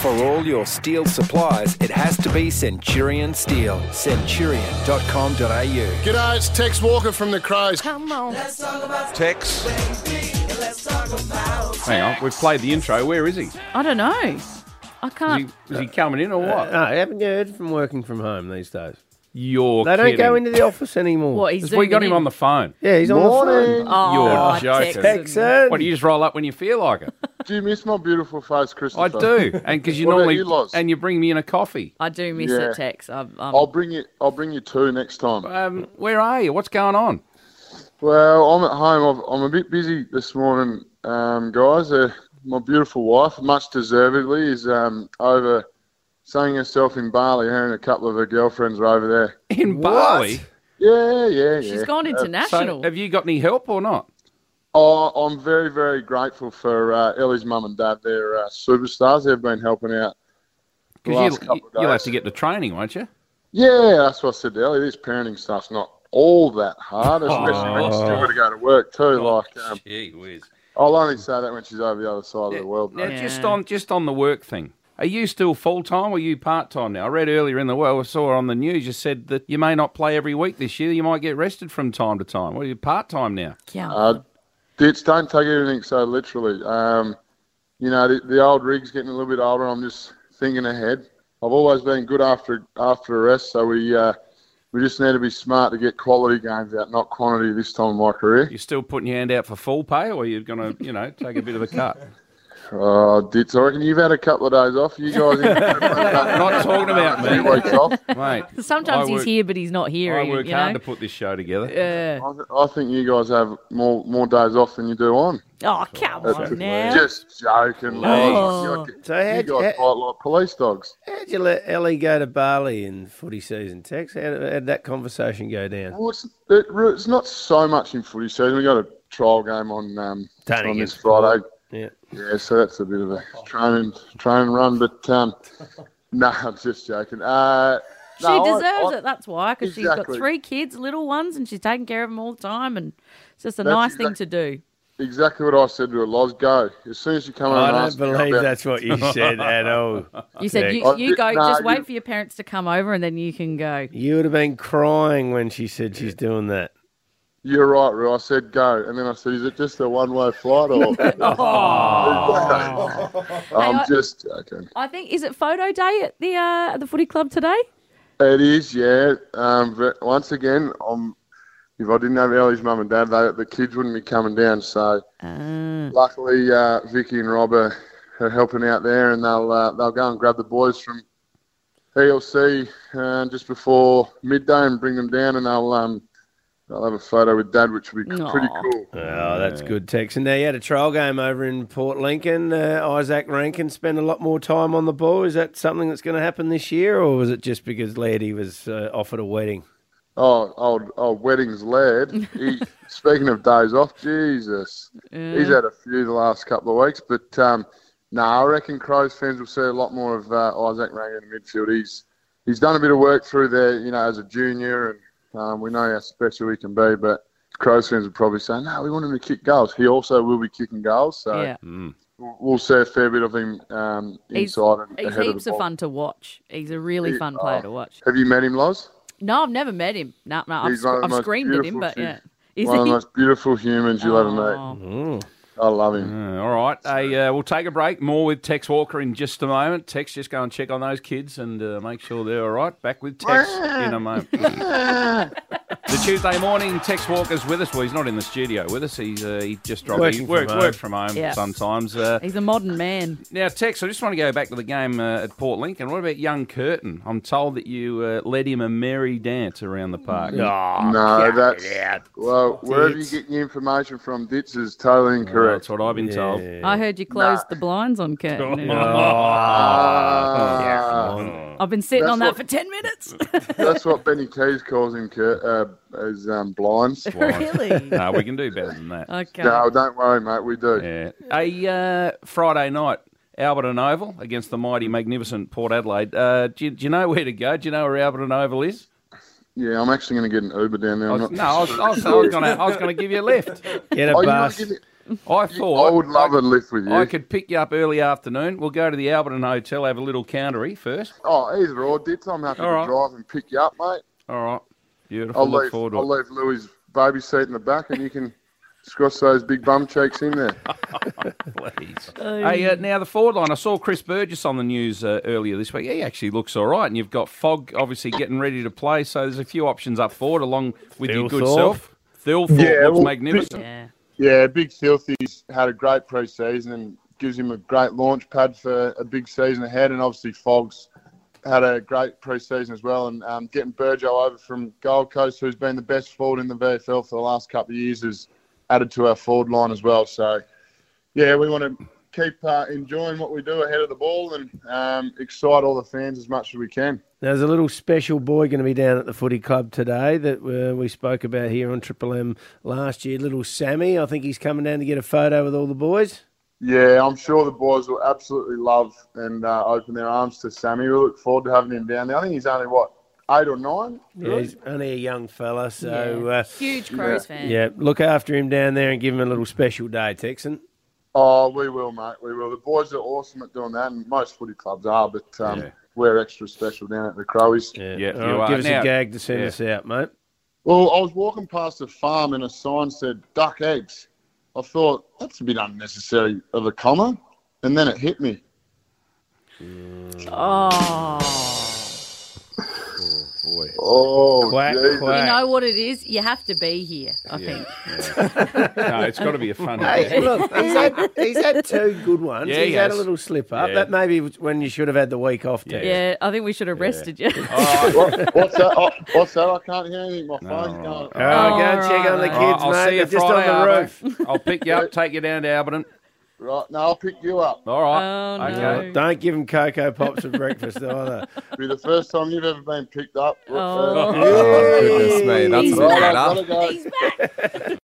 For all your steel supplies, it has to be Centurion Steel. Centurion.com.au. G'day, it's Tex Walker from the Crows. Tex. Hang on, we've played the intro. Where is he? I don't know. I Is can't. he, is he coming in or what? No, Ah, haven't you heard from working from home these days? You're They don't kidding. go into the office anymore. What he's We got him on the phone. yeah, he's on the phone. Oh, You're joking. Texan. Texan. What do you just roll up when you feel like it? Do you miss my beautiful face, Christopher? I do, and because you What about normally you, Loz? and you bring me in a coffee. I do miss Yeah. Oh, it, Tex. I'm, I'm, I'll bring you. I'll bring you two next time. Um, where are you? What's going on? Well, I'm at home. I've, I'm a bit busy this morning, um, guys. Uh, my beautiful wife, much deservedly, is um, over sunning herself in Bali. Her and a couple of her girlfriends are over there. In What? Bali. Yeah, yeah, yeah. she's gone So, international. have you got any help or not? Oh, I'm very, very grateful for uh, Ellie's mum and dad. They're uh, superstars. They've been helping out. The Because last you, couple you, of you'll have days. to get the training, won't you? Yeah, that's what I said to Ellie. This parenting stuff's not all that hard, especially when you Oh. still got to go to work too. like, um, Gee whiz. I'll only say that when she's over the other side of the world. Now, mate. just Yeah. on just on the work thing. Are you still full time or are you part time now? I read earlier in the well, I saw on the news you said that you may not play every week this year. You might get rested from time to time. What are you part time now? Yeah. Uh, Ditch, don't take everything so literally. Um, you know, the, the old rig's getting a little bit older. I'm just thinking ahead. I've always been good after after a rest, so we uh, we just need to be smart to get quality games out, not quantity this time of my career. You're still putting your hand out for full pay or you're going to, you know, take a bit of a cut? Oh, Ditch, I reckon you've had a couple of days off. You guys, Not talking about three me. weeks off. Mate, Sometimes I he's work- here, but he's not here. I you- work you hard know? Uh, oh, to put this show together. Yeah. I, th- I think you guys have more more days off than you do on. Oh, come on now. Just joking. Oh. So You, guys how'd you, fight like police dogs. how'd you let Ellie go to Bali in footy season, Tex? How would that conversation go down? Well, it's, it, re- it's not so much in footy season. We got a trial game on um, Don't on this get- Friday. Yeah. Yeah, so that's a bit of a training training run, but um, no, I'm just joking. Uh, She no, I- deserves I- it. That's why, because she's got Exactly. three kids, little ones, and she's taking care of them all the time, and it's just a That's nice thing exact- to do. Exactly what I said to her. Loz, go as soon as you come home. I and don't ask me believe about- that's what you said at all. You said Yeah. you, I you did- go. Oh, nah, just you- wait for your parents to come over, and then you can go. You would have been crying when she said she's doing that. You're right, Roo. I said go, and then I said, "Is it just a one-way flight?" Or Hey, I'm I- just joking. I think is it photo day at the uh, at the footy club today? It is, yeah. Um, but once again, i if I didn't have Ellie's mum and dad, they, the kids wouldn't be coming down. So luckily, uh, Vicky and Rob are, are helping out there, and they'll uh, they'll go and grab the boys from ELC uh, just before midday and bring them down, and they'll um, they'll have a photo with dad, which will be pretty Aw. cool. Oh, that's good, Tex. And now you had a trial game over in Port Lincoln. Uh, Isaac Rankin spent a lot more time on the ball. Is that something that's going to happen this year, or was it just because Laddie was uh, off at a wedding? Oh, old, old weddings lad. He, speaking of days off, Jesus, Mm. uh, he's had a few the last couple of weeks. But um, no, I reckon Crows fans will see a lot more of uh, Isaac Rangan in the midfield. He's he's done a bit of work through there, you know, as a junior, and um, we know how special he can be. But Crows fans will probably say, no, we want him to kick goals. He also will be kicking goals, so yeah, we'll, we'll see a fair bit of him um, he's, inside and he's ahead of heaps the of ball. fun to watch. He's a really He- fun player oh. to watch. Have you met him, Loz? No, I've never met him. No, no, I've, He's one of sc- the I've most screamed at him, beautiful but yeah, He's is One of the he? most beautiful humans you'll ever meet. Oh. I love him. Uh, all right. Hey, uh, we'll take a break. More with Tex Walker in just a moment. Tex, just go and check on those kids and uh, make sure they're all right. Back with Tex in a moment. the Tuesday morning, Tex Walker's with us. Well, he's not in the studio with us. He's uh, he just dropped. Working he from worked, home. worked from home Yeah. sometimes. Uh, He's a modern man. now, Tex, I just want to go back to the game uh, at Port Lincoln. What about young Curtin? I'm told that you uh, led him a merry dance around the park. no, that's well. Wherever you get your information from, Ditch is totally Well, Oh, that's incorrect. what I've been told. I heard you closed the blinds on Curtin. Oh, Ah, I've been sitting That's on that what- for ten minutes. that's what Benny Keys calls him Kurt, uh, as um, blinds. really? No, we can do better than that. Okay. No, don't worry, mate. We do. Yeah. A uh, Friday night, Albert and Oval against the mighty, magnificent Port Adelaide. Uh, do, you, do you know where to go? Do you know where Albert and Oval is? Yeah, I'm actually going to get an Uber down there. I I'm was, not. no, I was, I was, I was going to give you a lift. Get a Oh, you want bus. to give me? I thought I would love a lift with you. I could pick you up early afternoon. We'll go to the Alberton Hotel, have a little countery first. Oh, either or, Dits. I'm happy All to right. drive and pick you up, mate. All right. Beautiful. I'll Look leave. forward to it. I'll leave Louis' baby seat in the back, and you can squash those big bum cheeks in there. Please. Oh, Hey, uh, now the forward line. I saw Chris Burgess on the news uh, earlier this week. He actually looks all right, and you've got Fogg obviously getting ready to play. So there's a few options up forward along with your good Thilthorpe. self. Thilthorpe Yeah, looks well, magnificent. Yeah. Yeah, Big Filthy's had a great preseason and gives him a great launch pad for a big season ahead. And obviously, Fogg's had a great preseason as well. And um, getting Burjo over from Gold Coast, who's been the best forward in the VFL for the last couple of years, has added to our forward line as well. So, yeah, we want to keep uh, enjoying what we do ahead of the ball and um, excite all the fans as much as we can. Now, There's a little special boy going to be down at the footy club today that uh, we spoke about here on Triple M last year. Little Sammy, I think he's coming down to get a photo with all the boys. Yeah, I'm sure the boys will absolutely love and uh, open their arms to Sammy. We look forward to having him down there. I think he's only what eight or nine. Yeah, he's only a young fella, so Yeah. yeah. Uh, Huge Crows fan. yeah, look after him down there and give him a little special day, Texan. Oh, we will, mate. We will. The boys are awesome at doing that, and most footy clubs are, but um, Yeah. we're extra special down at the Crowies. Yeah, All you right, are. give us Now- a gag to send yeah. us out, mate. Well, I was walking past a farm and a sign said duck eggs. I thought that's a bit unnecessary of a comma, and then it hit me. Oh. Oh, Quack, Jesus. quack. You know what it is? You have to be here, I think. No, it's got to be a fun. Hey, look, he's had, he's had two good ones. Yeah, he's he had a has. little slip up. Yeah. That maybe was when you should have had the week off, Yeah. too. Yeah, I think we should have rested you. What- what's that? Oh, what's that? I can't hear anything. My phone's all going. All right, go and All check on the right. kids, All right, I'll mate. see you They're just Friday, on the roof. Arvo. I'll pick you up, take you down to Alberton. Right now, I'll pick you up. All Oh, right. no. okay. Don't give him cocoa pops for breakfast either. It'll be the first time you've ever been picked up. Oh. Oh, goodness me. That's He's a Right, I've ladder. gotta go.